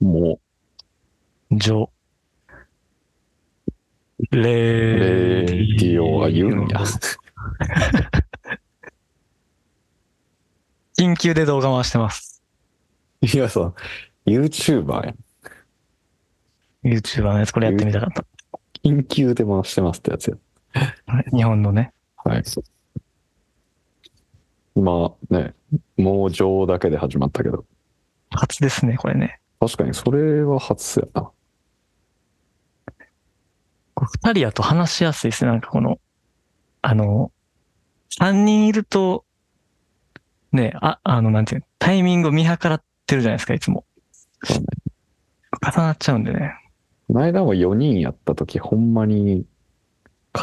もジョ、レう、レディオは言うんや。緊急で動画回してます。いや、そう、YouTuber やん。 YouTuber のやつ、これやってみたかった。緊急で回してますってやつや。日本のね。はい。まあね、もう情だけで始まったけど、初ですね、これね。確かにそれは初やな。こう二人やと話しやすいですね、なんかこの、あの、三人いると、ね、あ、あの、なんていうの、タイミングを見計らってるじゃないですか、いつも。そうね重なっちゃうんでね。この間も4人やった時、ほんまに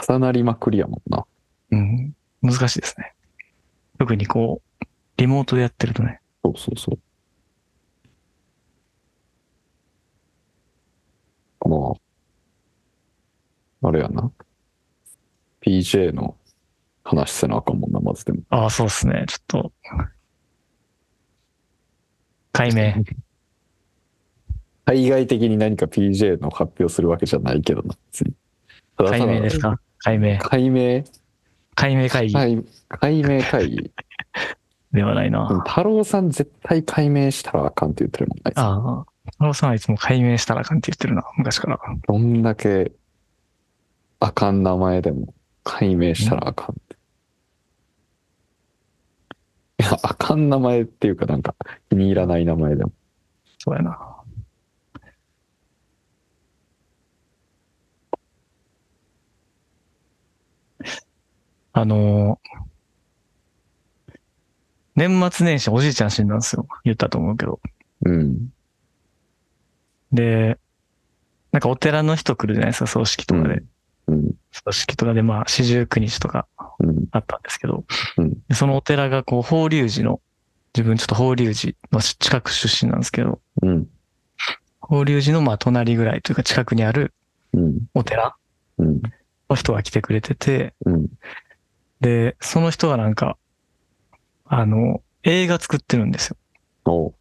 重なりまくりやもんな。うん。難しいですね。特にこう、リモートでやってるとね。そうそうそう。まあ、あれやな。PJ の話せなあかんもんな、まずでも。ああ、そうですね。ちょっと、解明。対外的に何か PJ の発表するわけじゃないけどな、別に。ただただ解明ですか解明。解明解明会議解解明会議。ではないでもな。太郎さん絶対解明したらあかんって言ってるもんね。ああ。太郎さんはいつも解明したらあかんって言ってるな、昔から。どんだけあかん名前でも解明したらあかんって。いや、あかん名前っていうかなんか気に入らない名前でも。そうやな。あのー年末年始おじいちゃん死んだんですよ。言ったと思うけど。うん。で、なんかお寺の人来るじゃないですか、葬式とかで。うん。葬式とかでまあ、四十九日とかうん。あったんですけど、うんでそのお寺がこう、法隆寺の、自分ちょっと法隆寺の近く出身なんですけど、うん。法隆寺のまあ、隣ぐらいというか近くにあるうん。お寺うん。の人が来てくれてて、うん。で、その人がなんか、あの、映画作ってるんですよ。おう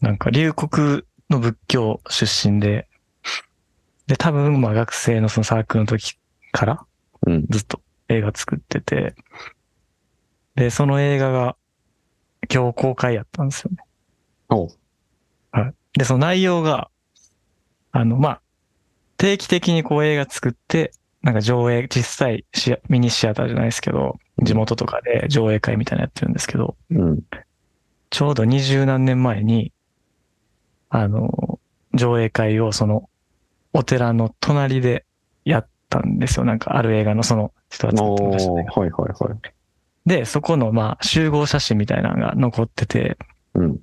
なんか、龍谷の仏教出身で、で、多分、まあ、学生のそのサークルの時から、うん。ずっと映画作ってて、で、その映画が今日公開やったんですよね。おうで、その内容が、あの、まあ、定期的にこう映画作って、なんか上映、実際シア、ミニシアターじゃないですけど、地元とかで上映会みたいなのやってるんですけど、うん。ちょうど二十何年前に、あの、上映会をその、お寺の隣でやったんですよ。なんかある映画のその人が作っておうましたね。はいはいはい。で、そこのまあ集合写真みたいなのが残ってて、うん。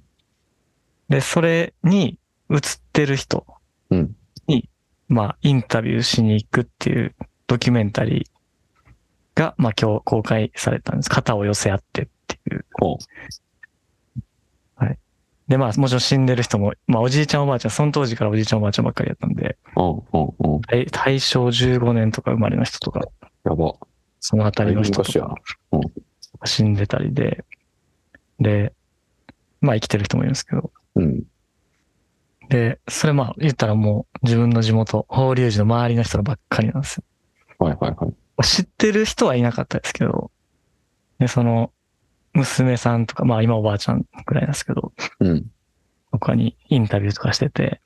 で、それに写ってる人うんに、まあインタビューしに行くっていうドキュメンタリーが、まあ今日公開されたんです。肩を寄せ合ってっていう。おうで、まあもちろん死んでる人も、まあおじいちゃんおばあちゃん、その当時からおじいちゃんおばあちゃんばっかりやったんで、おうおうおう大大正15年とか生まれの人とか、やば。そのあたりの人と昔やかな。死んでたりで、で、まあ生きてる人もいるんですけど、うん。で、それまあ言ったらもう自分の地元、法隆寺の周りの人らばっかりなんですよ。はいはいはい。知ってる人はいなかったですけど、で、その、娘さんとか、まあ今おばあちゃんぐらいなんですけど、うん。他にインタビューとかしてて、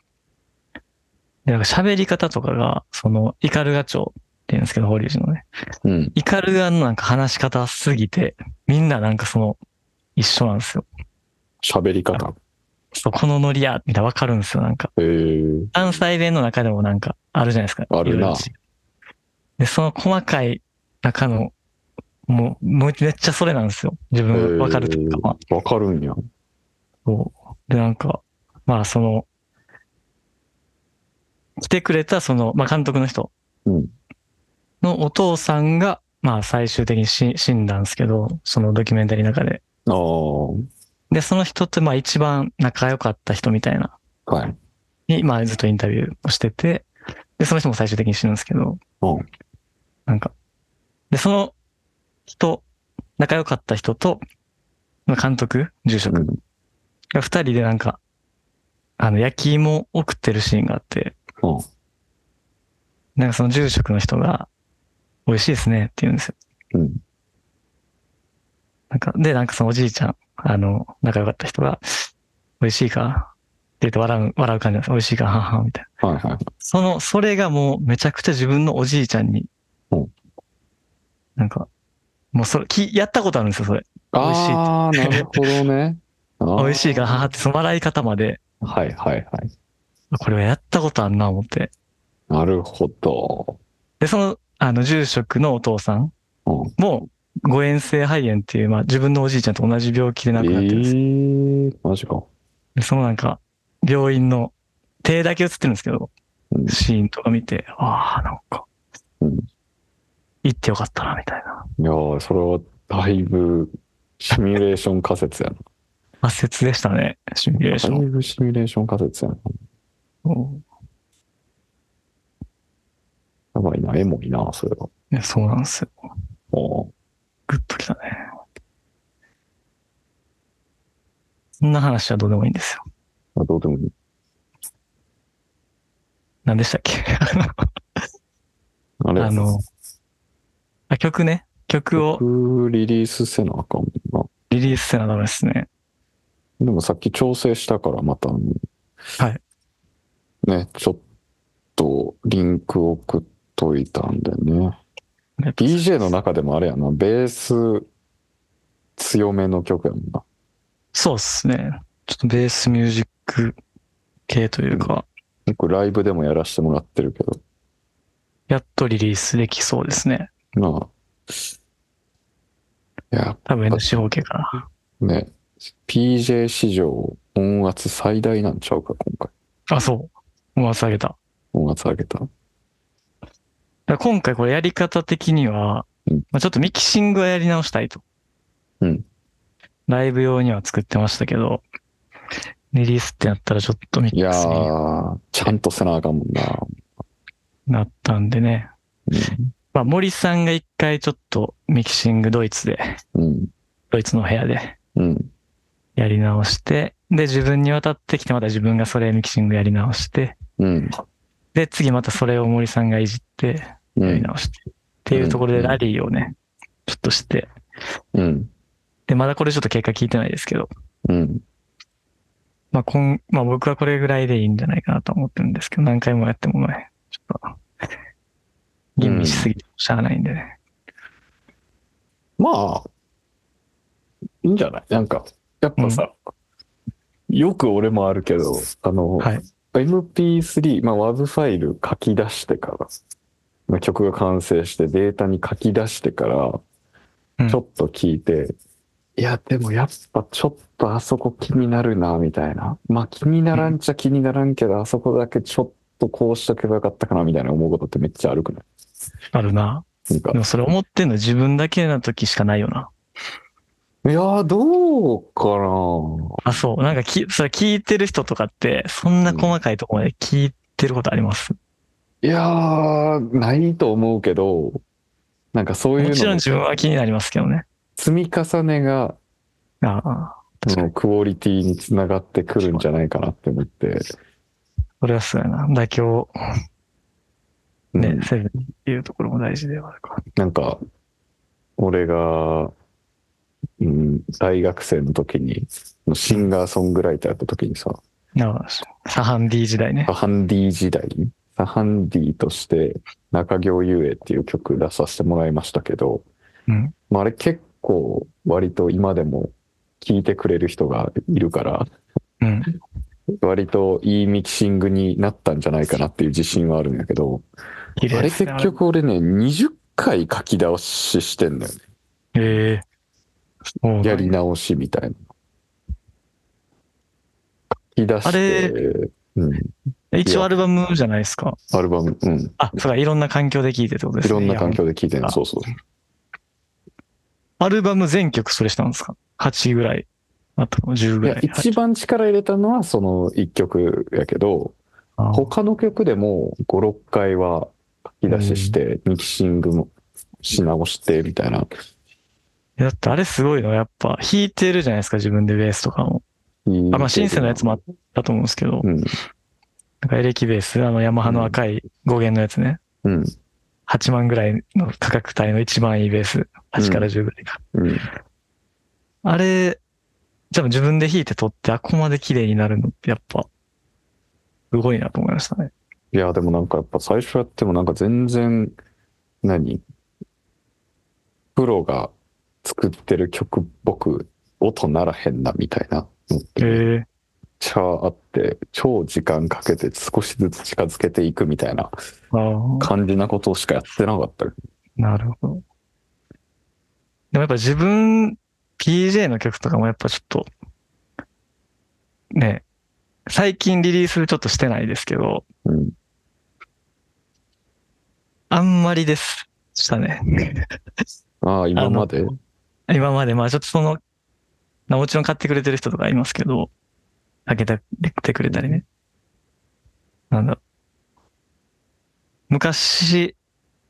で、なんか喋り方とかが、その、イカルガ町って言うんですけど、法隆寺のね。うん。イカルガのなんか話し方すぎて、みんななんかその、一緒なんですよ。喋り方。そう、このノリや、みたいなわかるんですよ、なんか。へえ。関西弁の中でもなんかあるじゃないですか。あるないろいろで、その細かい中の、もう、もうめっちゃそれなんですよ。自分わかるというか、まあわかるんや。そう。で、なんか、まあその、来てくれたその、まあ監督の人うん。のお父さんが、まあ最終的にし死んだんですけど、そのドキュメンタリーの中で。ああ。で、その人ってまあ一番仲良かった人みたいなはい。に、まあ、ずっとインタビューをしてて、で、その人も最終的に死ぬんですけど、うんなんか、で、その人、仲良かった人と、まあ監督、住職が二人でなんか、あの、焼き芋を食ってるシーンがあって、うん。なんかその住職の人が、美味しいですねって言うんですよ。うん。なんか、で、なんかそのおじいちゃん、あの、仲良かった人が、美味しいかって言って笑う、笑う感じなんです。美味しいかははみたいな。はいはい。その、それがもうめちゃくちゃ自分のおじいちゃんにうん、なんか、もうそれ、き、やったことあるんですよ、それ。ああ、なるほど ね。あー美味しいかははって、その笑い方まで、はいはいはい。これはやったことあるな、思って。なるほど。で、その、あの、住職のお父さんうん。も、誤嚥性肺炎っていう、まあ、自分のおじいちゃんと同じ病気で亡くなってるんですよ。ええマジか。でそのなんか、病院の手だけ映ってるんですけどうん、シーンとか見て、ああ、なんかうん、行ってよかったな、みたいな。いやー、それはだいぶシミュレーション仮説やな。圧説でしたね、シミュレーショだいン。ぶシミュレーション仮説やな。うんやばいな、エモいな、それは。いやそうなんですよ。おグッときたね。そんな話はどうでもいいんですよ。あどうでもいい。何でしたっけあれあの、あ曲ね。曲を僕リリースせなあかんもリリースせなダメですね。んな。でもさっき調整したからまた、はい。ね、ちょっとリンク送っといたんでね。DJ の中でもあれやな、ベース強めの曲やもんな。そうっすね。ちょっとベースミュージック系というか、よくライブでもやらせてもらってるけど、やっとリリースできそうですね。まあ、いや、多分 NC4 系かな。ね、PJ 史上音圧最大なんちゃうか、今回。あ、そう。もう下げた。だか音圧上げた。ら今回これやり方的には、うんまあ、ちょっとミキシングはやり直したいと。うん。ライブ用には作ってましたけど、リリースってなったらちょっとミいッやクスにー、ちゃんとせなあかんもんな。なったんでね。まあ森さんが一回ちょっとミキシングドイツで、うん、ドイツの部屋でうん、やり直して、で、自分に渡ってきて、また自分がそれミキシングやり直して、うん、で、次またそれを森さんがいじって、うやりん、直して、っていうところでラリーをね、ちょっとして、うん、で、まだこれちょっと結果聞いてないですけど、うん。まあ、こん、まあ僕はこれぐらいでいいんじゃないかなと思ってるんですけど、何回もやってもね、ちょっと、吟味しすぎてもしゃあないんでね。まあ、いいんじゃないなんか、やっぱさ、よく俺もあるけど、あの、はい。 MP3、まあ、WAV ファイル書き出してから、まあ曲が完成してデータに書き出してから、うんちょっと聞いて、いや、でもやっぱちょっとあそこ気になるな、みたいな。まあ気にならんちゃ気にならんけど、あそこだけちょっとこうしとけばよかったかな、みたいな思うことってめっちゃあるくないあるな。なんかで、もそれ思ってんの自分だけな時しかないよな。いやー、どうかあ、そう。なんかき、それ聞いてる人とかって、そんな細かいところまで聞いてることあります。ないやー、ないと思うけど、なんかそういうもちろんのの自分は気になりますけどね。積み重ねがああ、確そかのに。クオリティにつながってくるんじゃないかなって思って。それはそうやな。妥協うんね、せずにっていうところも大事ではあるから。なんか、俺が、うん、大学生の時に、シンガーソングライターやった時にさ、なるほど。サハンディ時代ねサ。ハンディ時代に、サハンディとして中行遊泳っていう曲出させてもらいましたけど、うん。まあ、あれ結構割と今でも聴いてくれる人がいるから、うん。割といいミキシングになったんじゃないかなっていう自信はあるんやけど、綺麗あでれす結ね局俺ね、20回書き直ししてんだよね。ええそうやだり直しみたいな。書き出して、あれうん、一応アルバムじゃないですか。アルバム、うん、あ、そうか、いろんな環境で聴いてってことでいすね。ろんな環いや境で聞いてるあそうそう。アルバム全曲それしたんですか ?8 ぐらい。あと10いぐやらい。一番力入れたのはその1曲やけど、あ他の曲でも5、6回は書き出しして、ミキシングもし直してみたいな。だってあれすごいの。やっぱ弾いてるじゃないですか、自分でベースとかうんも。あまあシンセのやつもあったと思うんですけど、うん。なんかエレキベース、あのヤマハの赤い5弦のやつね、うん。 8万ぐらいの価格帯の一番いいベース、8から10ぐらいか。うん。あれ、多分自分で弾いて撮って、あ、ここまで綺麗になるのってやっぱ、すごいなと思いましたね。いや、でもなんかやっぱ最初やってもなんか全然、何プロが作ってる曲っぽく音ならへんなみたいなのってめっへちゃあって、超時間かけて少しずつ近づけていくみたいなえああ、感じなことしかやってなかった。なるほど。でもやっぱ自分、PJ の曲とかもやっぱちょっと、ねえ、最近リリースちょっとしてないですけど、うん。あんまりです。したね。ああ、今まであ。今まで、まあちょっとその、まあもちろん買ってくれてる人とかいますけど、開けててくれたりね。なんだろう昔、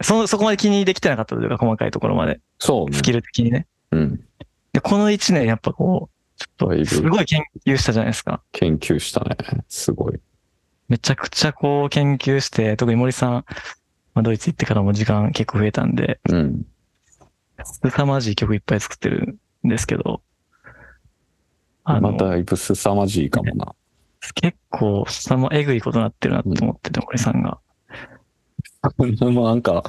そ、そこまで気にできてなかったというか、細かいところまで。そうねス。キル的にね。うん。で、この一年やっぱこう、ちょだいっと、ぶすごい研究したじゃないですか。研究したね。すごい。めちゃくちゃこう研究して、特に森さん、まあドイツ行ってからも時間結構増えたんで、うん。凄まじい曲いっぱい作ってるんですけど、あまの、あ、だいぶ凄まじいかもな。結構、凄ま、えぐいことなってるなと思ってて、森さんが。 まあなんか、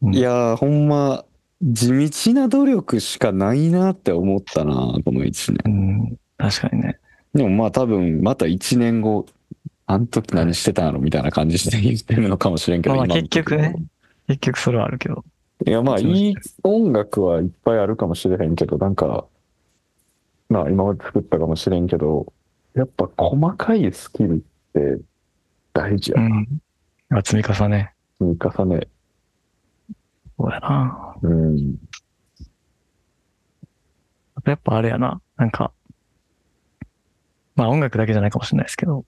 うんいやーほんま地道な努力しかないなって思ったなこの1年うん、確かにね。でもまあ多分また1年後あの時何してたんやろみたいな感じして言ってるのかもしれんけど、まあまあ今のところ結局結局それはあるけど。いやまあいい音楽はいっぱいあるかもしれへんけどなんかまあ今まで作ったかもしれんけどやっぱ細かいスキルって大事うやな、ん。まあ積み重ね。積み重ねそうやな。うんあとやっぱあれやな。なんか、まあ音楽だけじゃないかもしれないですけど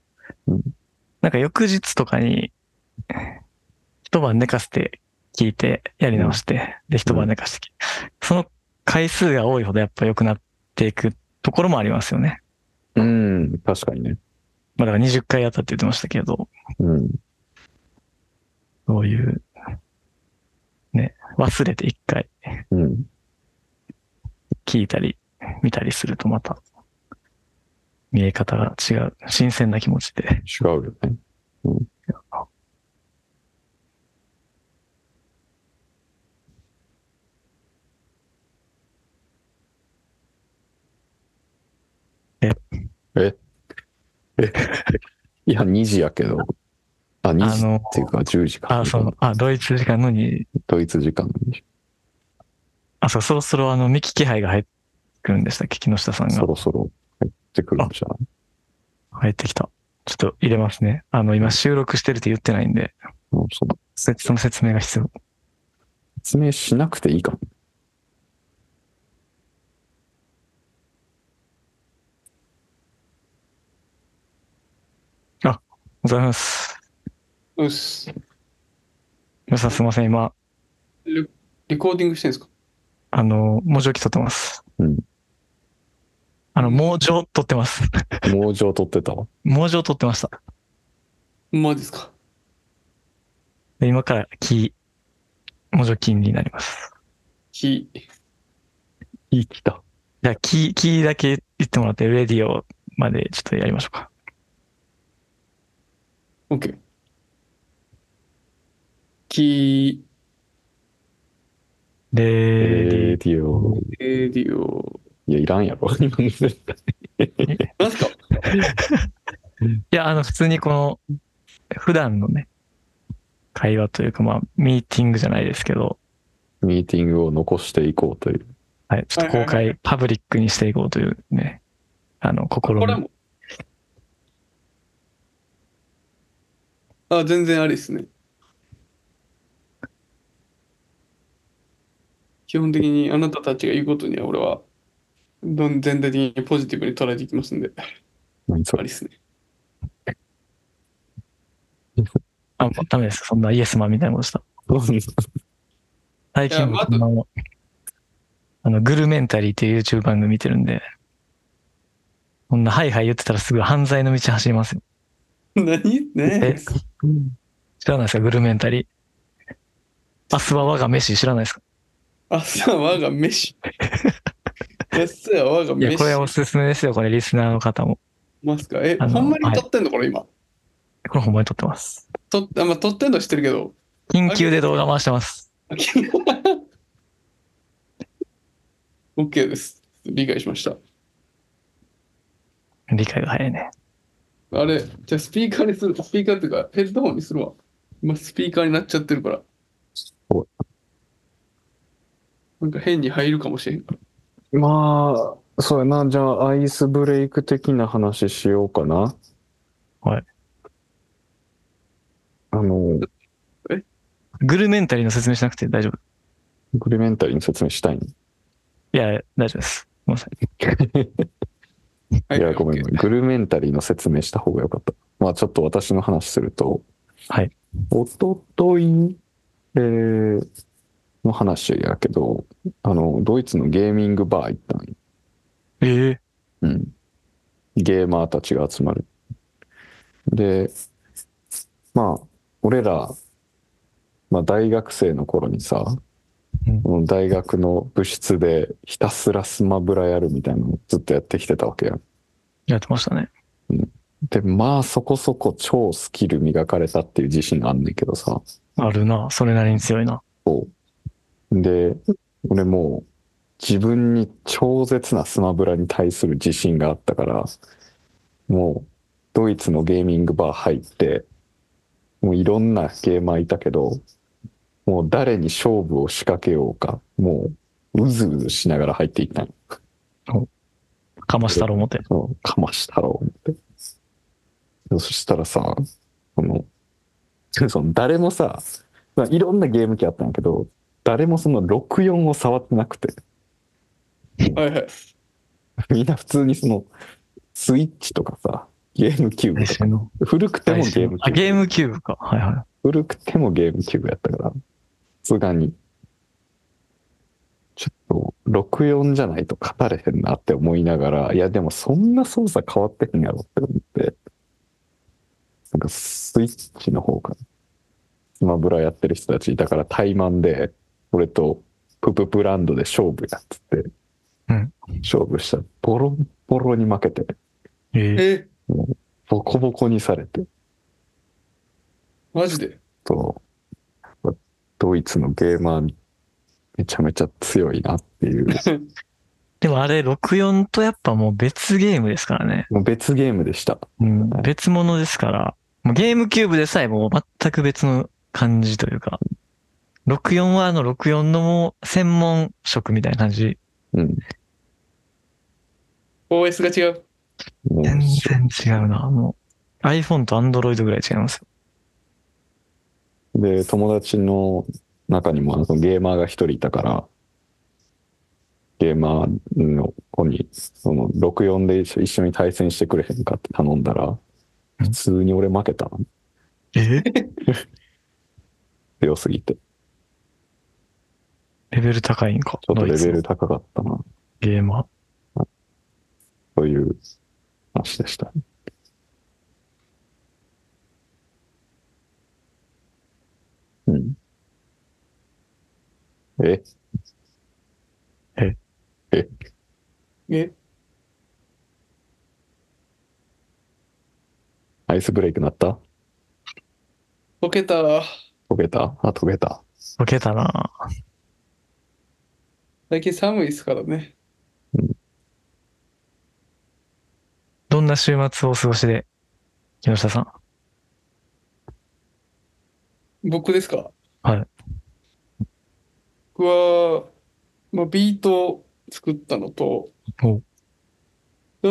うん、なんか翌日とかに、一晩寝かせて聞いて、やり直して、で一晩寝かして聞いて、その回数が多いほどやっぱ良くなっていくところもありますよね。うん確かにねまあだから20回やったって言ってましたけど、うんそういう、ね、忘れて一回うん聞いたり、見たりするとまた、見え方が違う、新鮮な気持ちで。違うよね。うん。えええ いや、2時やけど。あ、2時っていうか10時か。あ、その、あ、ドイツ時間のに、ドイツ時間の2時あ、そう、そろそろあの、ミキ気配が入ってくるんでしたっけ木下さんそがろそろ入ってくるんじゃない入ってきた。ちょっと入れますね。あの、今収録してるって言ってないんで、うんそのそその説明が必要。説明しなくていいか も。ございます。うっす。皆さんすいません、今、レレコーディングしてんですかあの、文字置き取ってます。うん。あの、文字を取ってます。 猛上取ってたわ。文字を取ってました。マジですかで今から、キー、文字置きになります。ひ、いい来た。じゃあ、キー、キーだけ言ってもらって、レディオまでちょっとやりましょうか。オッケー。き、レディレディオ。レディオ。いや、いらんや ろ。今の絶対なんすかいや、あの、普通にこの、普段のね、会話というか、まあ、ミーティングじゃないですけど、ミーティングを残していこうという。はい、ちょっとは公いはい開、パブリックにしていこうというね、あの、試み。これも。あ、全然ありですね。基本的にあなたたちが言うことには俺は、どん全体的にポジティブに捉えていきますんで、あ何そりれ。ですね。 あ、もうダメです。そんなイエスマンみたいなことした。最近いやま僕ずの、あの、グルメンタリーっていう YouTube 番組見てるんで、こんなハイハイ言ってたらすぐ犯罪の道走りますよ。何ねえ知らないですかグルメンタリー。明日は我が飯知らないですか朝は我が 飯。朝は我がいや、飯。これおすすめですよ。これリスナーの方も。ますかえ、あのほんまに撮ってんのこれ今。これほんまに撮ってます。撮っあまあ、撮ってんのは知ってるけど。緊急で動画回してます。 OK です。理解しました。理解が早いね。あれ、じゃあスピーカーにする。スピーカーっていうか、ヘッドホンにするわ。今スピーカーになっちゃってるから。ごいなんか変に入るかもしれんから。まあ、そうやな。じゃあ、アイスブレイク的な話しようかな。はい。あの、グルメンタリーの説明しなくて大丈夫。グルメンタリーの説明したいのいや、大丈夫です。ごめんなさい。はいや、ごめん OK ごめん。グルメンタリーの説明した方がよかった。まあ、ちょっと私の話すると、はい。おととい、えーの話やけど、あの、ドイツのゲーミングバー行ったんよええうん。ゲーマーたちが集まる。で、まあ、俺ら、まあ大学生の頃にさ、うんこの大学の部室でひたすらスマブラやるみたいなのをずっとやってきてたわけやん。やってましたね。で、まあそこそこ超スキル磨かれたっていう自信あんねんけどさ。あるな。それなりに強いな。で、俺もう自分に超絶なスマブラに対する自信があったから、もうドイツのゲーミングバー入って、もういろんなゲーマーいたけど、もう誰に勝負を仕掛けようか、もううずうずしながら入っていったの。かましたろ思って。そうかましたろう思って。そしたらさ、その、 その誰もさ、まあいろんなゲーム機あったんやけど、誰もその64を触ってなくて、 はいはい。みんな普通にその、スイッチとかさ、ゲームキューブとか、の。古くてもゲームキあ、ューブ、ゲームキューブか。はいは古くてもゲームキューブやったから、さすがに、ちょっと、64じゃないと語れへんなって思いながら、いやでもそんな操作変わってへんやろって思って、なんかスイッチの方から、スマブラやってる人たちいたから怠慢で、俺とプププランドで勝負やっつって、うん勝負したらボロンボロに負けて、い。えええ、ボコボコにされて、マジでと、ドイツのゲーマー、めちゃめちゃ強いなっていう、でもあれ、64とやっぱもう別ゲームですからね。もう別ゲームでした。うん。別物ですから。もうゲームキューブでさえもう全く別の感じというか。64はあの64のもう専門職みたいな感じ。うん。 ?OS が違う。もう全然違うな。もう iPhone と Android ぐらい違いますよ。で、友達の中にもあのゲーマーが一人いたから、ゲーマーの子に、その、64で一緒一緒に対戦してくれへんかって頼んだら、うん普通に俺負けたの。え強すぎて。ちレベル高いんか。ょっとレドイツベのル高かったな、ゲーマー。という話でした。うん。ええ、アイスブレイクなった溶けた。溶けたあ、溶けた。溶けたな最近寒いですからね。どんな週末をお過ごしで、木下さん。僕ですかはい。僕は、まあ、ビートを作ったのと、ちおょう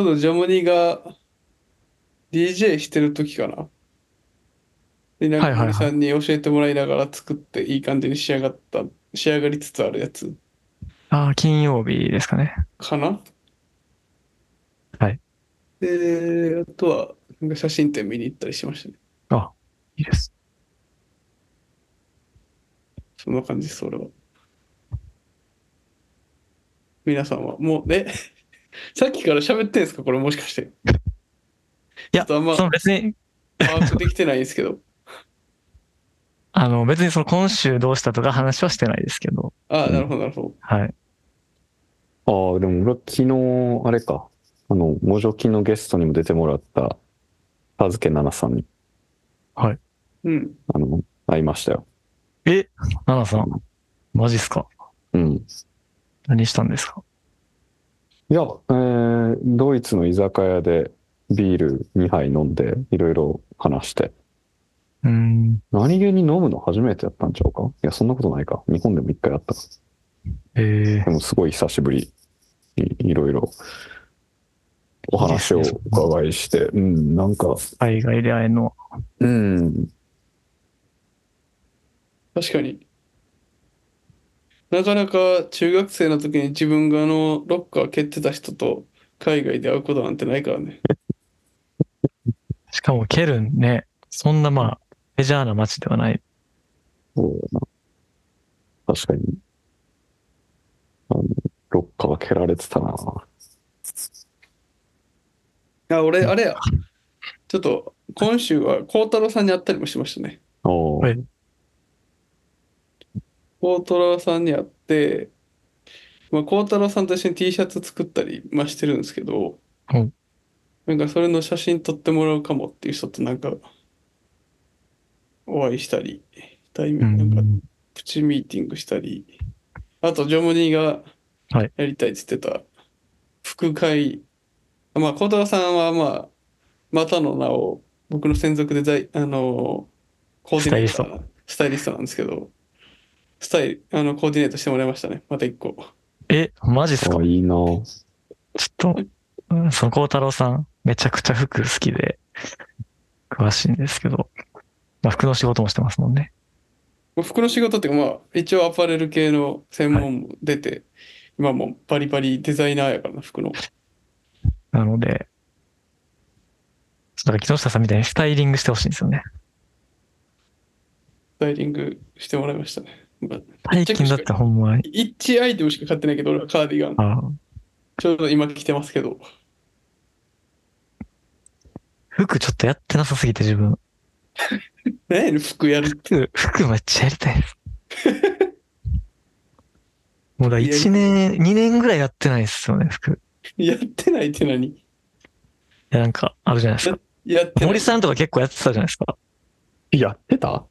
どジャムニが DJ してる時かな。で、なんはいはいはいかさんに教えてもらいながら作っていい感じに仕上がった、仕上がりつつあるやつああ、金曜日ですかね。かな。はい。で、あとは、なんか写真展見に行ったりしましたね。いいです。そんな感じです、俺は。皆さんは、もう、え、 さっきから喋ってんすかこれもしかして。いちやょっとあんまその別に、把握できてないんですけど。あの、別にその今週どうしたとか話はしてないですけど、ああ、なるほど、なるほど。はあい。あ、でも俺は昨日、あれか、あの、モジョキのゲストにも出てもらった、田助奈々さんに、うん。あの、会いましたよ。え、奈々さん、マジっすかうん。何したんですかいや、えードイツの居酒屋でビール2杯飲んで、いろいろ話して、うーん、何気に飲むの初めてやったんちゃうかいや、そんなことないか。日本でも一回あったか。えでもすごい久しぶりにいろいろお話をいいですねお伺いして、うん、なんか、ー、海外で会えの、うん、確かに。なかなか中学生の時に自分があのロッカー蹴ってた人と海外で会うことなんてないからね。しかもケルンね、そんなまあ、メジャーな街ではない。そうだな。確かに。あの、ロッカー蹴られてたな。あ、俺、あれや。ちょっと、今週は孝太郎さんに会ったりもしましたね。おはーい孝太郎さんに会って、まあ、孝太郎さんと一緒に T シャツ作ったり、まあ、してるんですけど、うんなんかそれの写真撮ってもらうかもっていう人となんか、お会いしたり、対う面、なんかん、プチミーティングしたり、あとジョムニーがはいやりたいって言ってた、副会、まあ、孝太郎さんはまあ、またの名を僕の専属デザイン、あの、コーディネーターな、スタイリストなんですけど、スタイル、あの、コーディネートしてもらいましたね。また一個。え、マジっすかあいいな。ちょっと、うん、その孝太郎さん、めちゃくちゃ服好きで、詳しいんですけど、まあ、服の仕事もしてますもんね。まあ服の仕事っていうか、まあ、一応アパレル系の専門も出て、今もうバリバリデザイナーやからな、服の。なので、だから木下さんみたいにスタイリングしてほしいんですよね。スタイリングしてもらいましたね。まあ最近だってほんまに、一アイテムしか買ってないけど、俺はカーディガン。あちょうど今着てますけど。服ちょっとやってなさすぎて自分。何やねん服やるって。服、服めっちゃやりたい です。もうだ1年、2年ぐらいやってないですよね、服。やってないって何いや、なんか、あるじゃないですか。やってない森。さんとか結構やってたじゃないですか。やってた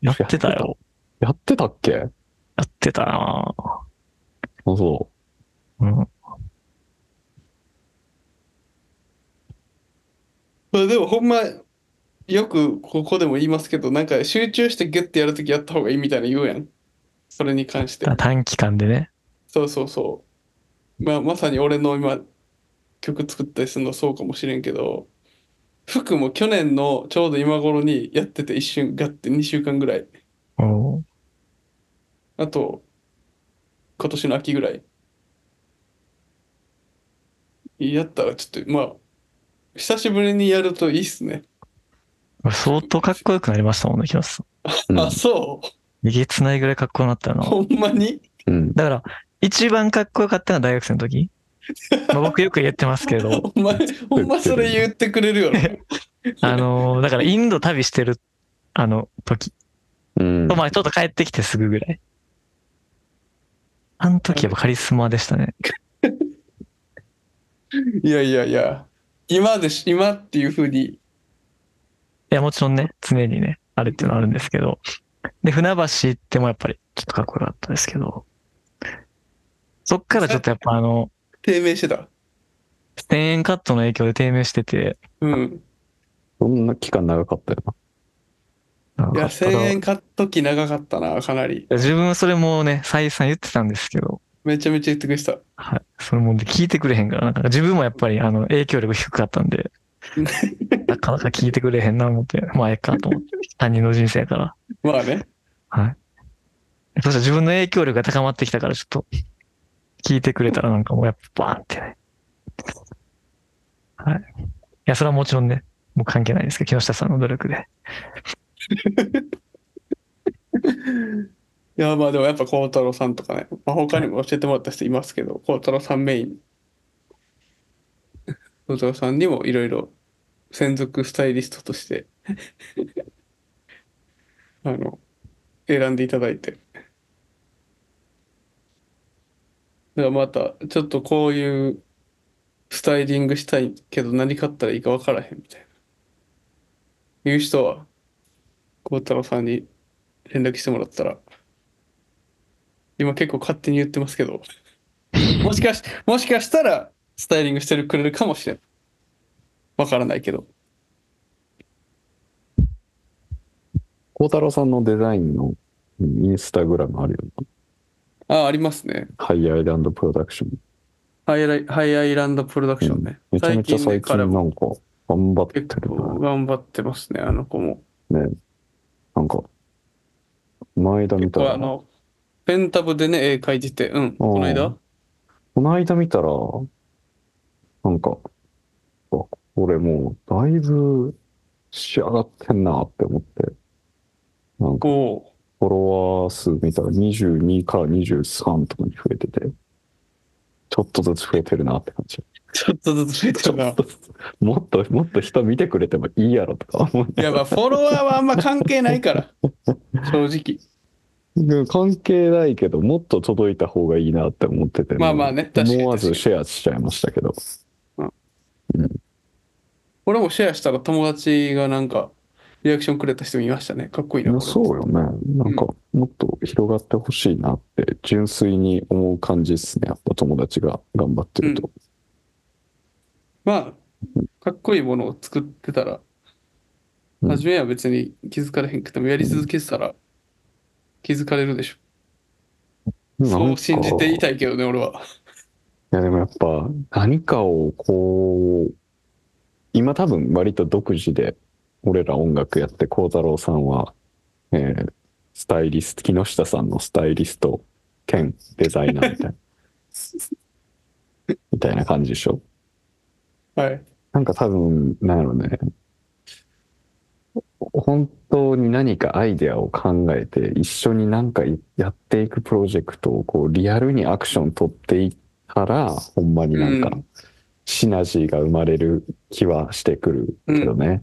やってたよ。やってたっけあ、やってたなぁそう。うん。まあでもほんま、よくここでも言いますけど、なんか集中してギュッてやるときやった方がいいみたいな言うやん。それに関して。短期間でね。そうそうそう。まあまさに俺の今、曲作ったりするのそうかもしれんけど、服も去年のちょうど今頃にやってて一瞬ガッて2週間ぐらい。おーあと、今年の秋ぐらい。やったらちょっと、まあ、久しぶりにやるといいっすね。相当かっこよくなりましたもんね、木下さうんあ、そう。ん。えげつないぐらいかっこよくなったよな。ほんまにうん。だから、一番かっこよかったのは大学生の時。まあ、僕よく言ってますけ ど、お前、ほんまそれ言ってくれる よな。あのーだからインド旅してる、あの時。うん。まあ、ちょっと帰ってきてすぐぐらい。あの時やっぱカリスマでしたね。いやいやいや。今でし、今っていうふうに、いや、もちろんね、常にね、あれっていうのはあるんですけど。で、船橋行ってもやっぱりちょっとかっこよかったですけど。そっからちょっとやっぱあの、低迷してた。ステンカットの影響で低迷してて、うん。そんな期間長かったよな。なんいや、か1000円買っとき長かったな、かなり。自分はそれもね、再三言ってたんですけど、めちゃめちゃ言ってくれてた。はい。それもんで聞いてくれへんから、なんか自分もやっぱりあの影響力低かった んで、なかなか聞いてくれへんな思って、まあええかと思って、他人の人生やから。まあね。はい。そしたら自分の影響力が高まってきたから、ちょっと、聞いてくれたらなんかもうやっぱバーンってね。はい。いや、それはもちろんね、もう関係ないですけど、木下さんの努力で。いや、まあでもやっぱ孝太郎さんとかね。まあ他にも教えてもらった人いますけど、孝太郎さんメイン。小沢さんにもいろいろ専属スタイリストとして あの選んでいただいてだからまたちょっとこういうスタイリングしたいけど何買ったらいいか分からへんみたいないう人は孝太郎さんに連絡してもらったら今結構勝手に言ってますけどもしかし、もしかしたら、スタイリングしてるくれるかもしれん。わからないけど。孝太郎さんのデザインのうんインスタグラムあるよな。あ、ありますね。ハイアイランドプロダクション。ハイライハイアイランドプロダクションね。めちゃめちゃね最近彼なんもか頑張ってる結構な頑張ってますね、あの子も。ね。なんか、前間見結た構らあ、の、ペンタブでね、絵描いてて、うん、この間。この間見たら、なんか、あこれもうだいぶ仕上がってんなって思って、なんかおおフォロワー数見たら22から23とかに増えてて、ちょっとずつ増えてるなって感じ。ーちょっとずつ増えてちょるなっ。とずつもっと、もっと人見てくれてもいいやろとか思いいや、まあ、フォロワーはあんま関係ないから。正直。でも関係ないけど、もっと届いた方がいいなって思ってて、まあまあね確かに確かに思わずシェアしちゃいましたけど。俺もシェアしたら友達がなんか、リアクションくれた人もいましたね。かっこいいいな。やそうよね。なんか、もっと広がってほしいなって、純粋に思う感じですね。やっぱ友達が頑張ってると。まあ、かっこいいものを作ってたら、うん初めは別に気づかれへんくても、やり続けてたら気づかれるでしょ。そう信じていい。たいけどね、俺は。いや、でもやっぱ、何かをこう、今多分割と独自で、俺ら音楽やって、孝太郎さんは、えースタイリスト、木下さんのスタイリスト兼デザイナーみたいな。みたいな感じでしょはい。なんか多分、なんやろうね。本当に何かアイデアを考えて、一緒になんかやっていくプロジェクトを、こう、リアルにアクション取っていったら、ほんまになんうか、シナジーが生まれる気はしてくるけどね。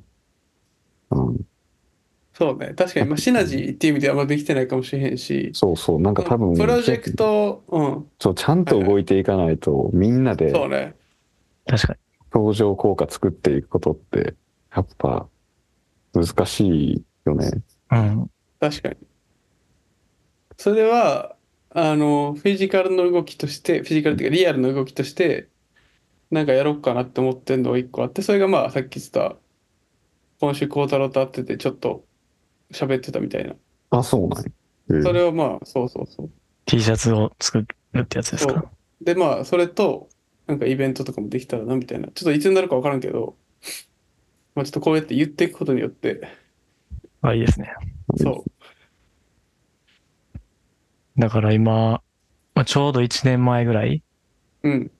うん。そうね。確かに、まあ、シナジーっていう意味ではあんまできてないかもしれへんし、そうそう。なんか多分、プロジェクト、うん、そうちゃんと動いていかないと、みんなで、そうね。確か相乗効果作っていくことって、やっぱ、難しいよね。に。うん。確かに。それは、あの、フィジカルの動きとして、フィジカルっていうかリアルの動きとして、なんかやろうかなって思ってんのが一個あって、それがまあさっき言ってた、今週孝太郎と会っててちょっと喋ってたみたいな。あ、そうなんやえーそれをまあ、そうそうそう。 T シャツを作るってやつですそかう。でまあ、それと、なんかイベントとかもできたらなみたいな。ちょっといつになるかわからんけど、まあちょっとこうやって言っていくことによって、あ、いいですね。そだから今、まあ、ちょうど1年前ぐらい、う。うん。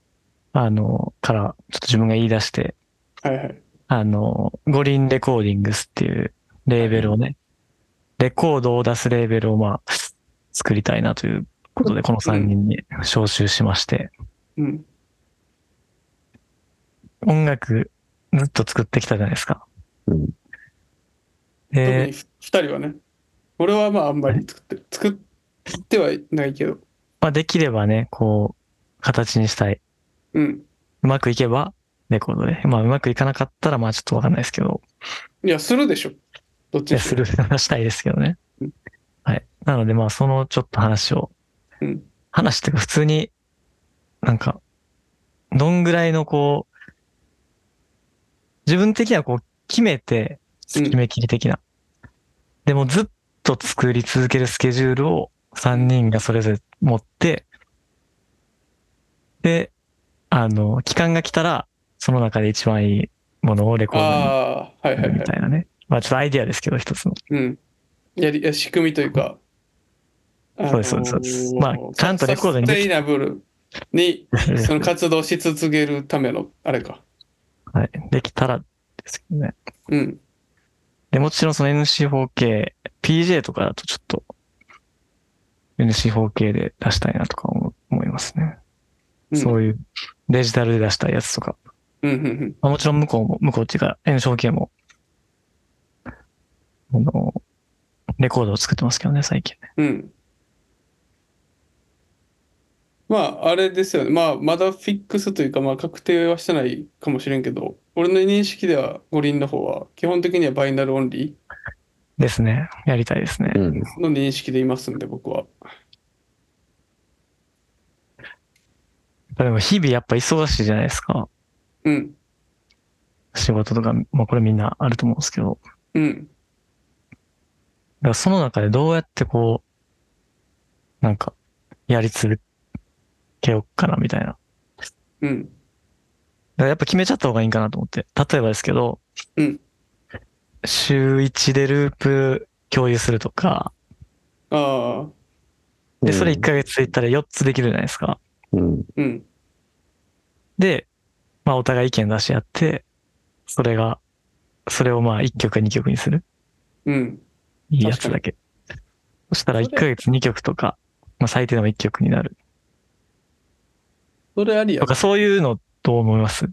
あの、から、ちょっと自分が言い出して、はいはい。あの、五輪レコーディングスっていうレーベルをね、レコードを出すレーベルをまあ、作りたいなということで、この3人に招集しまして、うん。音楽ずっと作ってきたじゃないですか。うん特でに、ふ二人はね。俺はまああんまり作ってる、作ってはいないけど。まあできればね、こう、形にしたい。うん。うまくいけば、レコードで。まあうまくいかなかったら、まあちょっとわかんないですけど、いや、するでしょ。どっいちやにすしるろ。話したいですけどねうん。はい。なので、まあ、そのちょっと話を、うん話っていうか、普通に、なんか、どんぐらいのこう、自分的にはこう、決めて、うん決め切り的な。でも、ずっと作り続けるスケジュールを3人がそれぞれ持って、で、あの、期間が来たら、その中で一番いいものをレコードにああ、はいはいみはい。たいなね。まあちょっとアイデアですけど、一つの。うん。やり、や仕組みというか。そうですそうですそうですまあちゃんとレコードにサでスきテイナブルに、その活動し続けるための、あれか。はい。できたらですけどね。うん。で、もちろんその NC4K、PJ とかだとちょっと NC4K で出したいなとか思思いますね。うんそういうデジタルで出したいやつとか。うんうんうん。まあ、もちろん向こうも、向こうっていうか、炎症系も、あの、レコードを作ってますけどね、最近ね。うん。まあ、あれですよね。まあ、まだフィックスというか、まあ、確定はしてないかもしれんけど、俺の認識では五輪の方は、基本的にはバイナルオンリですね。やりたいですね。うん。ーの認識でいますんで、僕は。でも日々やっぱ忙しいじゃないですか。うん、仕事とか、まあこれみんなあると思うんですけど。だうん、からその中でどうやってこう、なんか、やり続けようかなみたいな。だかうん、らやっぱ決めちゃった方がいいんかなと思って。例えばですけど、うん週1でループ共有するとか、ああ、で、それ1ヶ月いったら4つできるじゃないですか。うん。うん、で、まあお互い意見出し合って、それが、それをまあ1曲か2曲にする。うん、いいやつだけ。そしたら1ヶ月2曲とか、まあ最低でも1曲になる。それありやと、かそういうのどう思います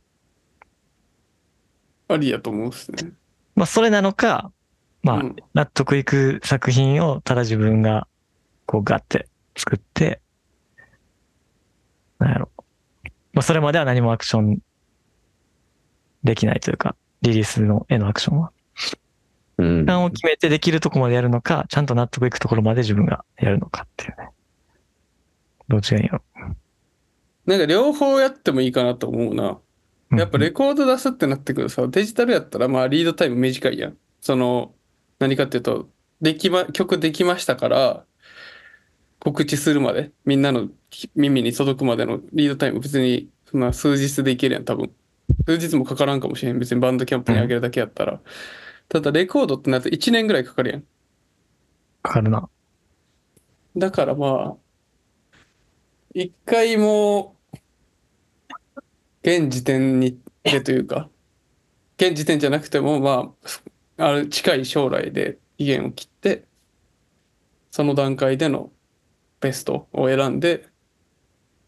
ありやと思うっすね。まあそれなのか、まあうん納得いく作品をただ自分がこうガッて作って、なんやろ。まあそれまでは何もアクションできないというか、リリースのへのアクションは。うん時。間を決めてできるとこまでやるのか、ちゃんと納得いくところまで自分がやるのかっていうね。どっちがいいんやろ。なんか両方やってもいいかなと思うな。うんやっぱレコード出すってなってくるとさ、デジタルやったらまあリードタイム短いやん。その、何かっていうと、できま、曲できましたから、告知するまで、みんなのき耳に届くまでのリードタイム別に、そんな数日でいけるやん、多分。数日もかからんかもしれん。別にバンドキャンプにあげるだけやったら。ただレコードってなると1年ぐらいかかるやん。かかるな。だからまあ、一回もう、現時点にでというか、現時点じゃなくても、まあ、ある近い将来で期限を切って、その段階でのベストを選んで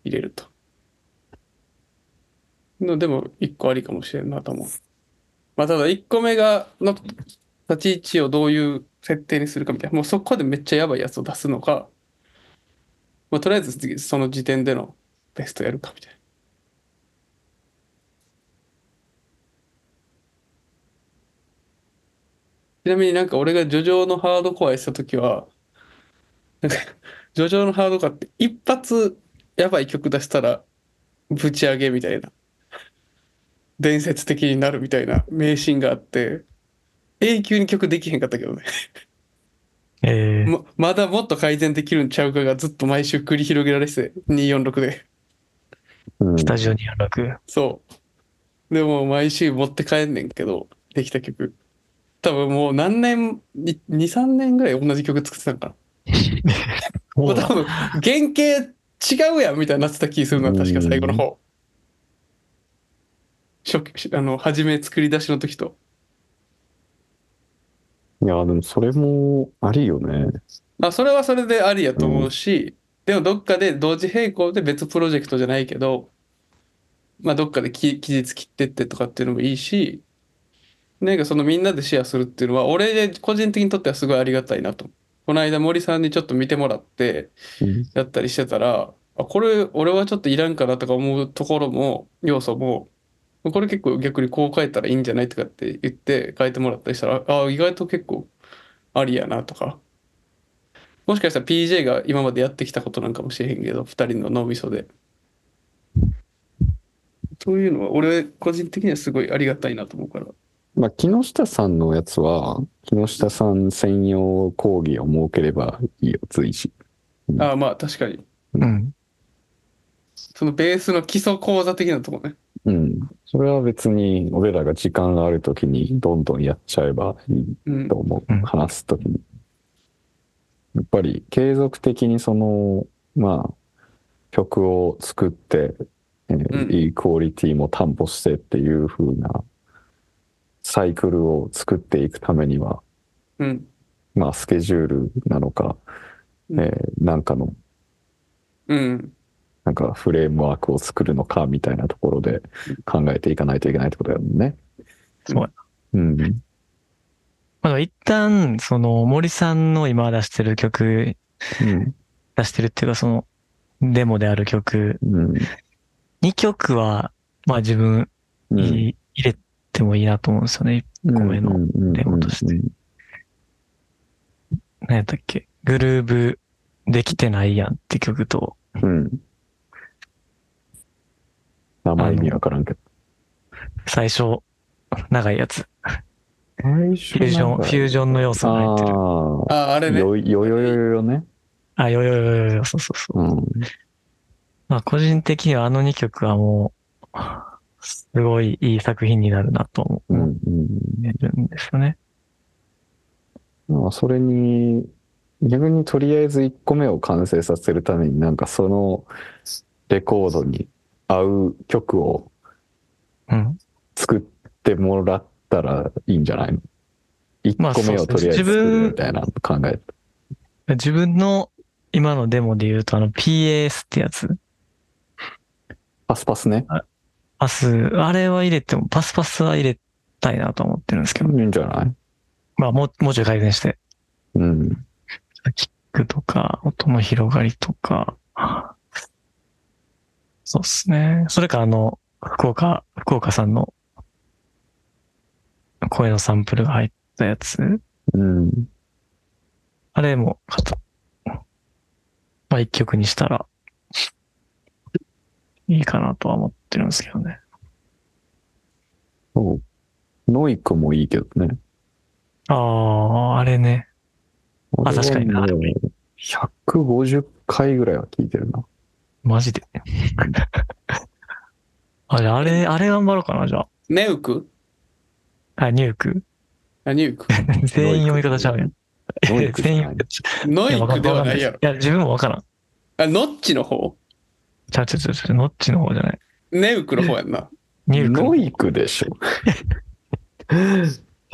入れると。のでも、一個ありかもしれんなと思う。まあ、ただ一個目が、の立ち位置をどういう設定にするかみたいな、もうそこでめっちゃやばいやつを出すのか、まあ、とりあえず次その時点でのベストやるかみたいな。ちなみになんか俺がジョジョのハードコアした時は、なんかジョジョのハードコアって一発やばい曲出したらぶち上げみたいな、伝説的になるみたいな迷信があって、永久に曲できへんかったけどね。え ーままだもっと改善できるんちゃうかがずっと毎週繰り広げられてて246でうんスタジオに連絡。そうでも毎週持って帰んねんけどできた曲多分もう何年23年ぐらい同じ曲作ってたんかなもう多分原型違うやんみたいになってた気するな確か最後の方初期あの初め作り出しの時といや、でもそれもありよね。まあ、それはそれでありやと思うし、でもどっかで同時並行で別プロジェクトじゃないけど、まあ、どっかでき期日切ってってとかっていうのもいいし、なんかそのみんなでシェアするっていうのは、俺個人的にとってはすごいありがたいなと。この間森さんにちょっと見てもらって、うんやったりしてたら、あ、これ俺はちょっといらんかなとか思うところも、要素も、これ結構逆にこう変えたらいいんじゃないとかって言って変えてもらったりしたら、あ、意外と結構ありやなとか。もしかしたら PJ が今までやってきたことなんかもしれへんけど、二人の脳みそで。そういうのは俺個人的にはすごいありがたいなと思うから。まあ、木下さんのやつは、木下さん専用講義を設ければいいよ、随時。ああまあ確かに。うん。そのベースの基礎講座的なとこね。うん。それは別に、俺らが時間があるときに、どんどんやっちゃえばいいうんと。思ううん。話すときに。やっぱり、継続的にその、まあ、曲を作って、えーうんいいクオリティも担保してっていう風な、サイクルを作っていくためには、うん。まあ、スケジュールなのか、うえんーなんかの、うん。えなんかフレームワークを作るのかみたいなところで考えていかないといけないってことだよね。そうやうん。まあ、一旦、その、森さんの今出してる曲、うん。出してるっていうか、その、デモである曲、うん。 2曲は、まあ自分うん。に入れてもいいなと思うんですよね。声のレゴとして何やったっけグルーブできてないやんって曲と、うん。名前意味わからんけど。最初、長いやつ、最フ初ュージョン、フュージョンの要素が入ってる。ああ、ああ、れね。よよよよよね。あ、よよよよよ、そうそうそう。うん。まあ個人的にはあの2曲はもう、すごいいい作品になるなと思うん。うっん。てるんですよね。まあ、それに、逆にとりあえず1個目を完成させるために、なんかそのレコードに合う曲をうん。作ってもらったらいいんじゃないの ?1 まあ個目をとりあえずそうですね作自る分みたいなの考えて。自分の今のデモで言うと、あの PAS ってやつ。パスパスね。パス、あれは入れても、パスパスは入れたいなと思ってるんですけいど。いんじゃないまあもう、もうちょい改善して。うん。キックとか、音の広がりとか。そうっすね。それか、あの、福岡、福岡さんの声のサンプルが入ったやつ。うん。あれも、かとまあ一曲にしたら、いいかなとは思ってるんですけどね。そう。ノイクもいいけどね。ああ、あれね。あ確かにな俺はもう150回ぐらいは聞いてるな。マジで。 あれ、あれ、あれ頑張ろうかな、じゃあ。ネウクあ、ニューク。あ、ニューク。全員読み方ちゃうやん。ノイクじゃ全員ない読み方ちゃノう。イやわかクんではわかんないいやろ。や、自分もわからん。あ、ノッチの方ちゃうちゃうちゃうちゃう、ノッチの方じゃない。ネウクの方やんな。ニューク。ノイクでしょ。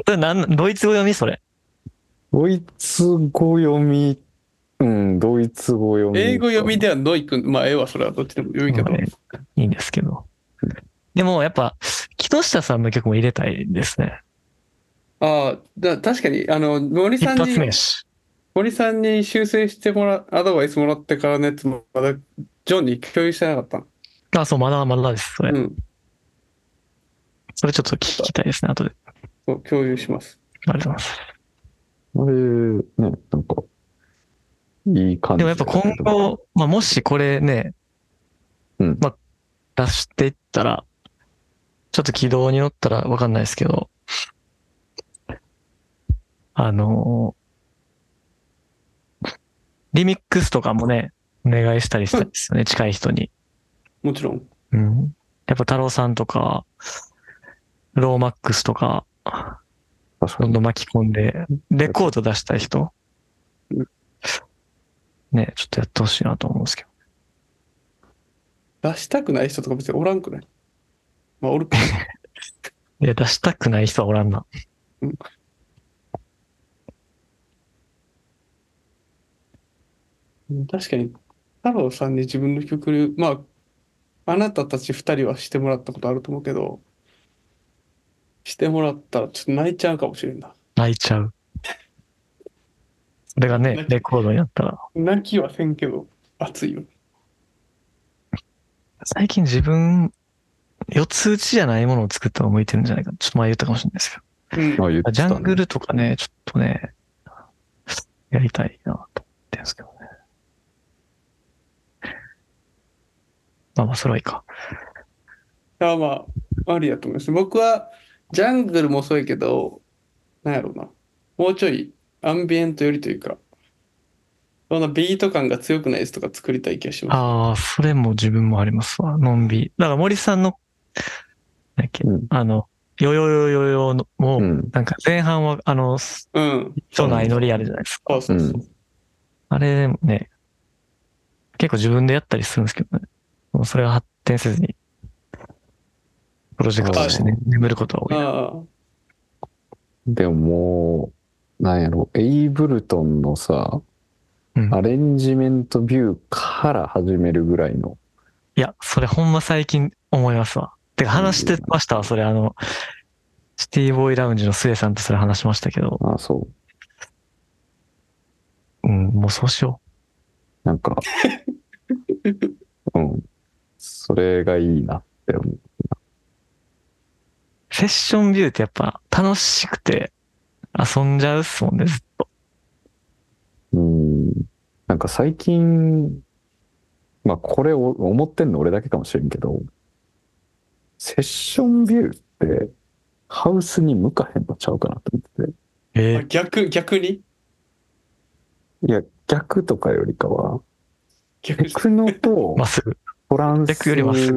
それなんドイツ語読みそれ。ドイツ語読み、うん、ドイツ語読み。英語読みではノイク、まあ、絵はそれはどっちでも読みけどまあ。ねいいんですけど。でも、やっぱ、木下さんの曲も入れたいですね。ああ、だ確かに、あの、森一さんに発、目やし。森さんに修正してもら、アドバイスもらってからのやつも、まだ、ジョンに共有してなかったのあ、そう、まだまだです。それ、うん、それちょっと聞きたいですね、後で。そう共有します。ありがとうございます。あれ、ね、なんか、いい感じ。でもやっぱ今、後、まあ、もしこれね、うんまあ、出していったら、ちょっと軌道に乗ったらわかんないですけど、あのリミックスとかもね、お願いしたりしたんですよね、近い人に。もちろん。うん。やっぱ太郎さんとか、ローマックスとか、確かどんにどん巻き込んで、レコード出したい人うんね、ちょっとやってほしいなと思うんですけど。出したくない人とか別におらんくないまあ、おるか。いや、出したくない人はおらんなうん。うん確かに、太郎さんに自分の曲、まあ、あなたたち二人はしてもらったことあると思うけど、してもらったらちょっと泣いちゃうかもしれんな。泣いちゃう。それがね泣、きレコードになったら。泣きはせんけど、熱いよ。最近自分、四つ打ちじゃないものを作った方が向いてるんじゃないか。ちょっと前言ったかもしれないですけう ん。あ言ってたど。ねジャングルとかね、ちょっとね、やりたいなと思ってるんですけどね。まあまあ、それはいいか。ああまあ、ありやと思います。僕は、ジャングルもそうやけど、なんやろうな。もうちょい、アンビエントよりというか、そんなビート感が強くないやつとか作りたい気がします。ああ、それも自分もありますわ。のんびり。だから森さんの、なんだっけ、うんあの、よよよよよの、もう、うん。なんか前半は、あの、うん。都内のリアルじゃないですか。そうそうそう。あれでもね、結構自分でやったりするんですけどね。もうそれは発展せずに、プロジェクトとしてね、眠ることが多い。ああ。でももう、なんやろ、エイブルトンのさ、うんアレンジメントビューから始めるぐらいのいや、それほんま最近思いますわ。てか話してましたわ、それあの、シティボーイラウンジのスエさんとそれ話しましたけど、ああ、そう。うん、もうそうしよなんか、うん。それがいいなって思う。う。セッションビューってやっぱ楽しくて遊んじゃうっすもんね、ずっと。うん。なんか最近、まあこれを思ってんの俺だけかもしれんけど、セッションビューってハウスに向かへんのちゃうかなと思ってて。えあ逆、逆にいや、逆とかよりかは、逆テにクノと まっすぐ。トランス、逆よりまっす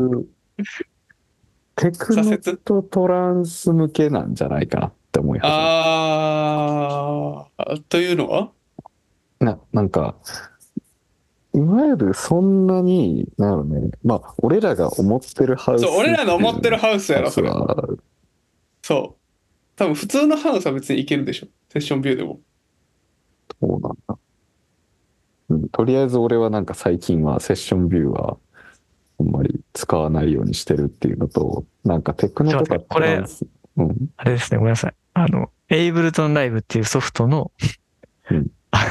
テク左ノ折とトランス向けなんじゃないかなって思い始めてあー、というのはな、なんか、いわゆるそんなに、なのね、まあ、俺らが思ってるハウスそう、俺らの思ってるハウスやろ、それ。ハウスはそう。多分普通のハウスは別にいけるでしょ。セッションビューでも。そうなんだ。うん、とりあえず俺はなんか最近はセッションビューは、あんまり使わないようにしてるっていうのと、なんかテクノとちょかっと待ってこれトランスうん、あれですね、ごめんなさい。あの、エイブルトンライブっていうソフトの、うんあ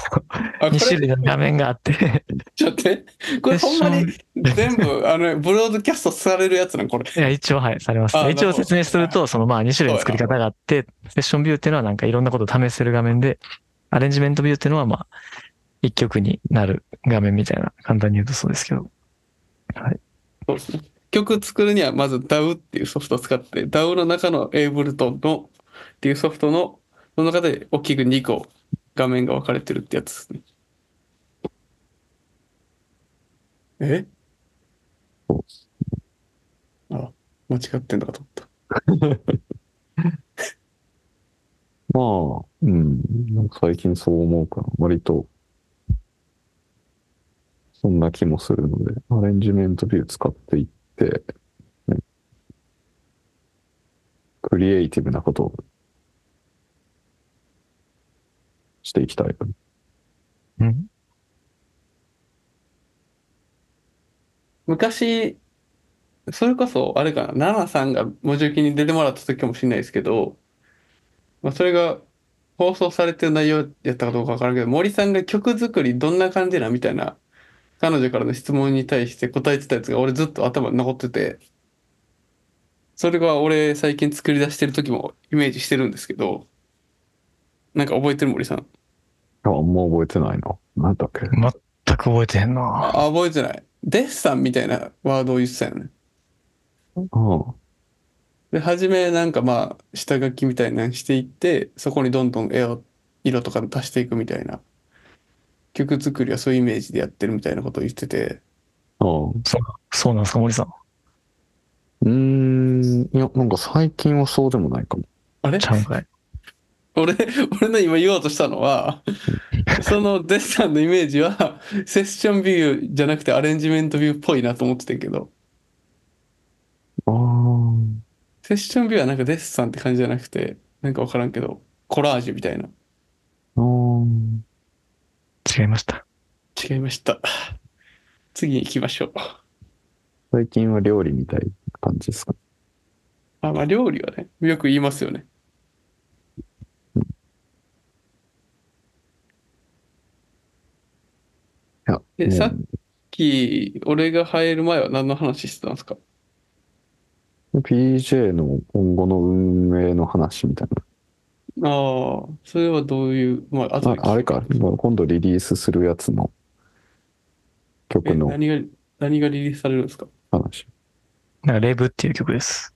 あ、の、2種類の画面があって、ちょっと待って。これほんまにセ全部、あの、ブロードキャストされるやつなん、これ。いや、一応はい、されますあ。なるほ一ど応説明すると、そのまあ2種類の作り方があって、セッションビューっていうのはなんかいろんなことを試せる画面で、アレンジメントビューっていうのはまあ、一曲になる画面みたいな、簡単に言うとそうですけど。そうですね。曲作るにはまず DAW っていうソフトを使って、DAW の中の Ableton のっていうソフトの、その中で大きく2個画面が分かれてるってやつですね。えそうあ、間違ってんだかと思った。まあ、うん、なんか最近そう思うかな。割と、そんな気もするので、アレンジメントビュー使っていって、ねクリエイティブなことをしていきたいよね。うん。昔、それこそ、あれかな、ナナさんが文字受けに出てもらった時かもしれないですけど、まあ、それが放送されてる内容やったかどうかわからんけど、森さんが曲作りどんな感じなんみたいな、彼女からの質問に対して答えてたやつが俺ずっと頭に残ってて、それが俺最近作り出してる時もイメージしてるんですけど、なんか覚えてる森さん。ああんま覚えてないな。なんだっけ。全く覚えてへんなあ、覚えてない。デッサンみたいなワードを言ってたよね。あで、初めなんかまあ、下書きみたいなのしていって、そこにどんどん絵を、色とか足していくみたいな。曲作りはそういうイメージでやってるみたいなことを言ってて、あ、ああ。そうなんですか、森さん。うーん、いや、なんか最近はそうでもないかも。あれちゃうんかい。俺、俺の今言おうとしたのは、そのデッサンのイメージは、セッションビューじゃなくてアレンジメントビューっぽいなと思ってたけど、ああ、セッションビューはなんかデッサンって感じじゃなくて、なんかわからんけど、コラージュみたいな。ああ。違いました。違いました。次に行きましょう。最近は料理みたいな感じですかね。あ、まあ料理はね、よく言いますよね。いや、えもうささっき、俺が入る前は何の話してたんですか PJ の今後の運営の話みたいああ、それはどういう、まあ、後な。で聞くああれか、今度リリースするやつのえ曲の何が、何がリリースされるんですか話。なんか、レブっていう曲です。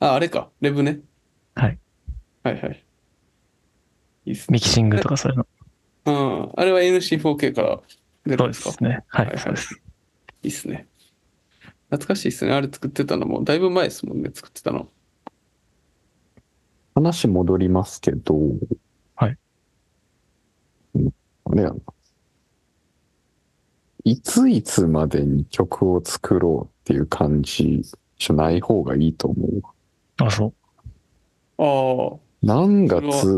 あ、あれか、レブね。はい。はいはい。いいっすね。ミキシングとかそういうの。うん。あれは NC4K から出るでそうんですかすね。はいは、いそうです。いいっすね。懐かしいっすね。あれ作ってたのも、だいぶ前ですもんね、作ってたの。話戻りますけど、はいうん。あれやな。いついつまでに曲を作ろうっていう感じじゃない方がいいと思う。あ、そう。ああ、何月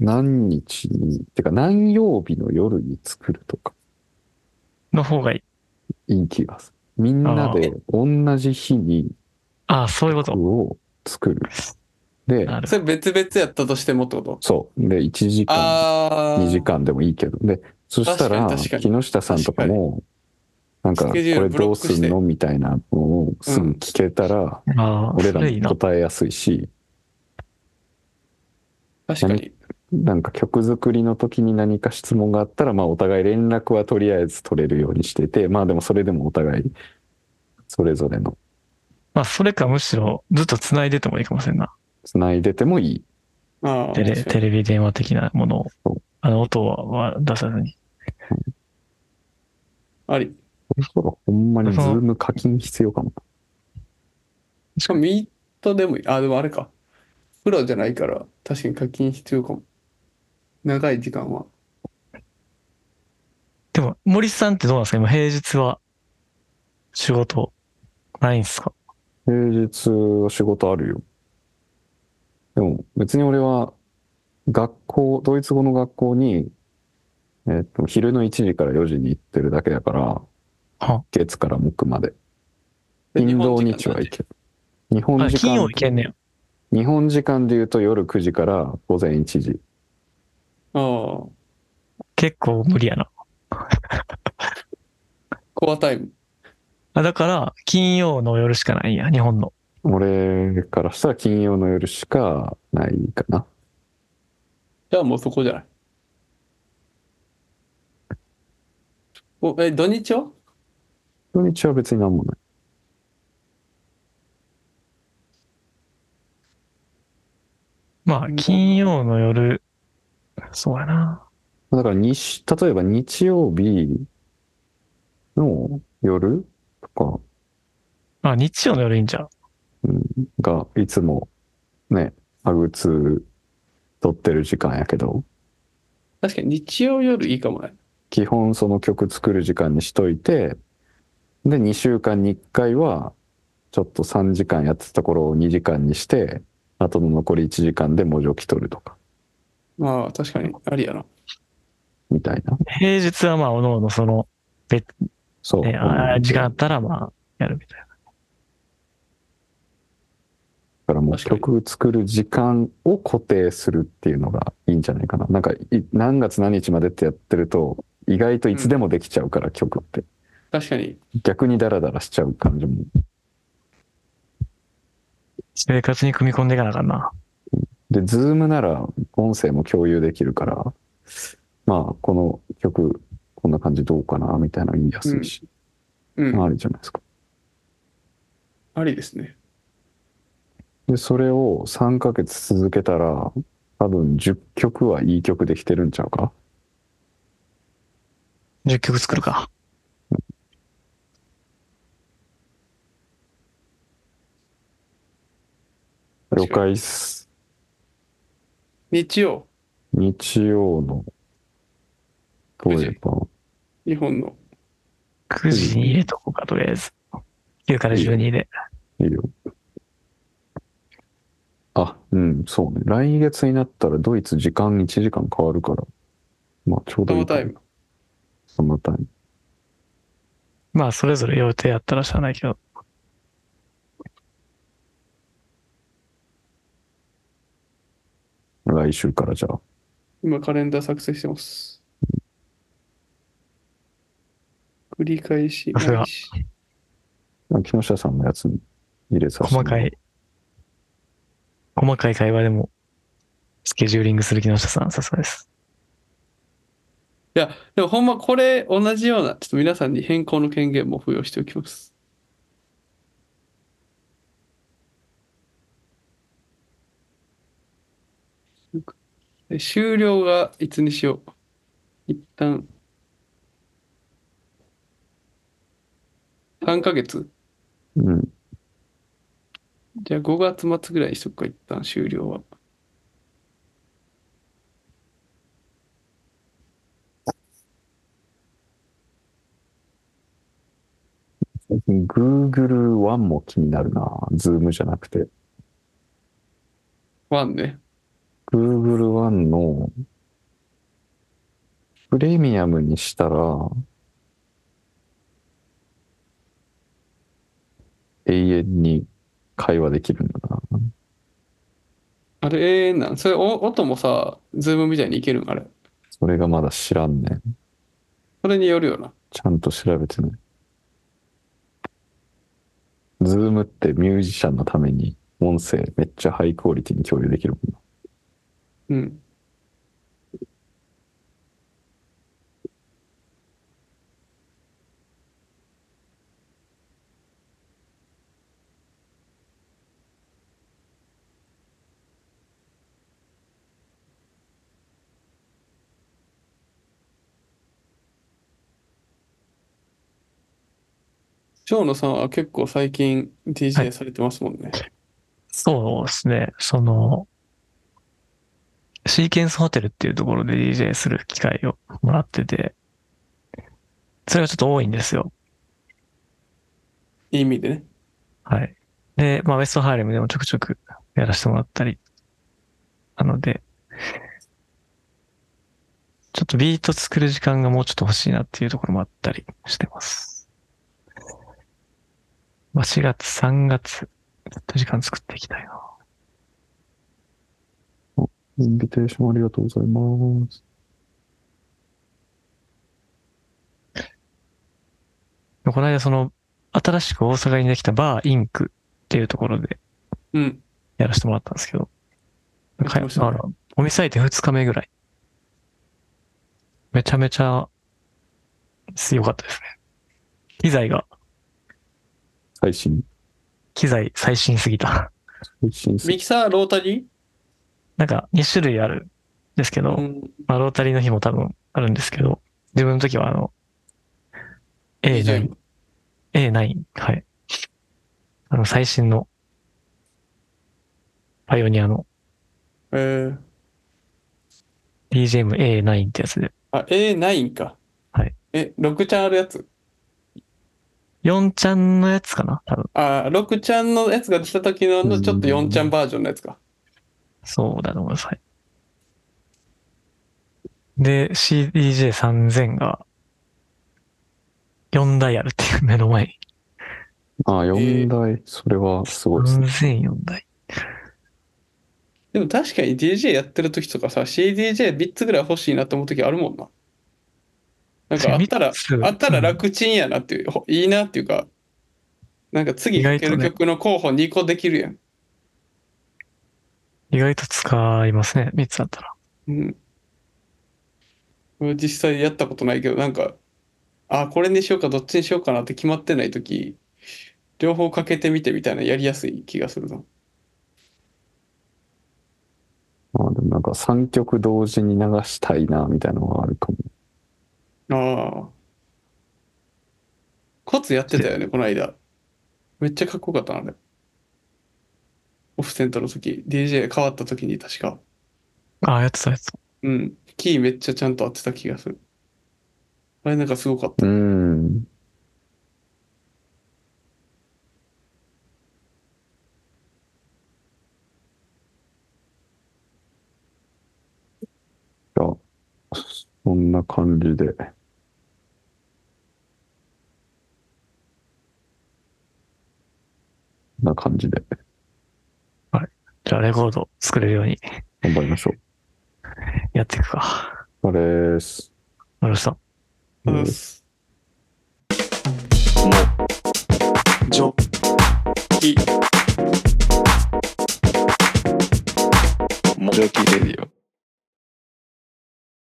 何日に、てか何曜日の夜に作るとか、の方がいい。いい気がすみんなで同じ日にああ、そういうこと。服を作る。で、なるそれ別々やったとしてもってことそう。で、1時間、ああ。 2時。間でもいいけど。で、そした確から、に確か木下さんとかも、なんか、スこケジュールれブロどうックしてすんのみたいなのをすぐ聞けたら、ああ、俺そられいいもな。答えやすいし、確かに。なんか曲作りの時に何か質問があったら、まあお互い連絡はとりあえず取れるようにしてて、まあでもそれでもお互い、それぞれのまあ、それかむしろずっと繋いでてもいいかもしれんな。繋いでてもいい。ああ。テレ確かにテレビ電話的なものそを。あの、音はは出さずに。あり。そしたらほんまにズそーのム課金必要かも。しかもミートでもいい。あ、でもあれか。プロじゃないから、確かに課金必要かも。長い時間は。でも、森さんってどうなんですか今、平日は仕事ないんですか平日は仕事あるよ。でも別に俺は学校、ドイツ語の学校に、えっと、昼の1時から4時に行ってるだけだからは、月から木まで。で金土日本時間日はだね行ける。日本あ時金間曜いけんねや。日本時間で言うと夜9時から午前1時。ああ。結構無理やな。コアタイム。あだから、金曜の夜しかないんや、日本の。俺からしたら金曜の夜しかないかな。じゃあもうそこじゃない。お、え、土日は土日は別になんもない。まあ、金曜の夜、そうやな。だから日、例えば日曜日の夜とかあ、日曜の夜いいんじゃうがいつもね、アグツ撮ってる時間やけど、確かに日曜夜いいかもね。基本その曲作る時間にしといて、で、2週間に1回は、ちょっと3時間やってたところを2時間にして、あとの残り1時間で文字をき取るとか、まあ確かにありやな。みたいな。平日はまあ、おのおのその、そう。ね、あー時間あったらまあ、やるみたいな。だからもう確かに曲作る時間を固定するっていうのがいいんじゃないかな。なんかい、何月何日までってやってると、意外といつでもできちゃうから、曲って。確かに。逆にダラダラしちゃう感じも。生活に組み込んでいかなあかんな。で、ズームなら音声も共有できるから、まあ、この曲、こんな感じどうかな、みたいなの言いやすいし、うん。あるじゃないですか。ありですね。で、それを3ヶ月続けたら、多分10曲はいい曲できてるんちゃうか10曲作るか。了確かに解っす。日曜、日曜の、どうやば日本の。 9時に入れとこうか、とりあえず。9から12で。いいよ。あ、うん、そうね。来月になったらドイツ時間1時間変わるから。まあ、ちょうどサマーいいかも。タイム。そのタイム。まあ、それぞれ予定やったらしゃあないけど。来週からじゃあ。今カレンダー作成してます。繰り返しさすが毎日木下さんのやつに入れさせて細かい、細かい会話でも、スケジューリングする木下さん、さすがです。いや、でもほんまこれ同じような、ちょっと皆さんに変更の権限も付与しておきます。え終了がいつにしよう。一旦。3ヶ月うん。じゃあ5月末ぐらいにしとくか、一旦終了は。 Google One も気になるな。Zoom じゃなくて。ワンね。 Google One のプレミアムにしたら、永遠に会話できるんだな。あれ、永遠なんそれ、お音もさ、ズームみたいにいけるんあれ。それがまだ知らんねん。それによるよな。ちゃんと調べてない。ズームってミュージシャンのために音声めっちゃハイクオリティに共有できるもうんな。ん。長野さんは結構最近は DJ いされてますもんね。そうですね。その、シーケンスホテルっていうところで DJ する機会をもらってて、それがちょっと多いんですよ。い、い意味でね。はい。で、まあ、ウェストハーレムでもちょくちょくやらせてもらったり。なので、ちょっとビート作る時間がもうちょっと欲しいなっていうところもあったりしてます。まあ、4月、3月、ちょっと時間作っていきたいな。インビテーションありがとうございます。この間、その、新しく大阪にできたバーインクっていうところでうん。やらせてもらったんですけど、やってましたねあのお店入って2日目ぐらい。めちゃめちゃ強かったですね。機材が、最新、機材最新すぎた。 最新すミキサー、ロータリなんか2種類あるんですけーど、うん。まあロータリーの日も多分あるんですけど、自分の時はあの、A9、A9、はい。あの最新の、パイオニアのえー、 DJMA9 ってやつで、あ、A9 か。はい。え、6ちゃんあるやつ。 4ちゃんのやつかな多分。あ、6ちゃんのやつが出た時のうのんちょっと4ちゃんバージョンのやつか。そうだと思います。はい。で、CDJ3000 が4台あるっていう目の前に。ああ、え4ー台、それはすごいですね。 3004台。でも確かに DJ やってる時とかさ、CDJ ビッツぐらい欲しいなって思う時あるもんな。なんかあった ら、 3つあったらうん楽ちんやなっていう、ほいいなっていうか、なんか次かけ意外とるね曲の候補2個できるやん。意外と使いますね。3つあったら。うん。俺実際やったことないけど、なんか、あ、これにしようか、どっちにしようかなって決まってない時、両方かけてみてみたいなやりやすい気がするな。ああでもなんか3曲同時に流したいな、みたいなのはあるかも。ああ。コツやってたよね、この間。めっちゃかっこよかったな、あれ。オフセントの時、DJ 変わった時に確か。ああ、やってたやつ。うん。キーめっちゃちゃんと合ってた気がする。あれなんかすごかった。うん。いや、そんな感じで。そんな感じでじゃあレコード作れるように頑張りましょやっていくか。う。あれーす。わかりました。うんジョキージョーキーレディオ。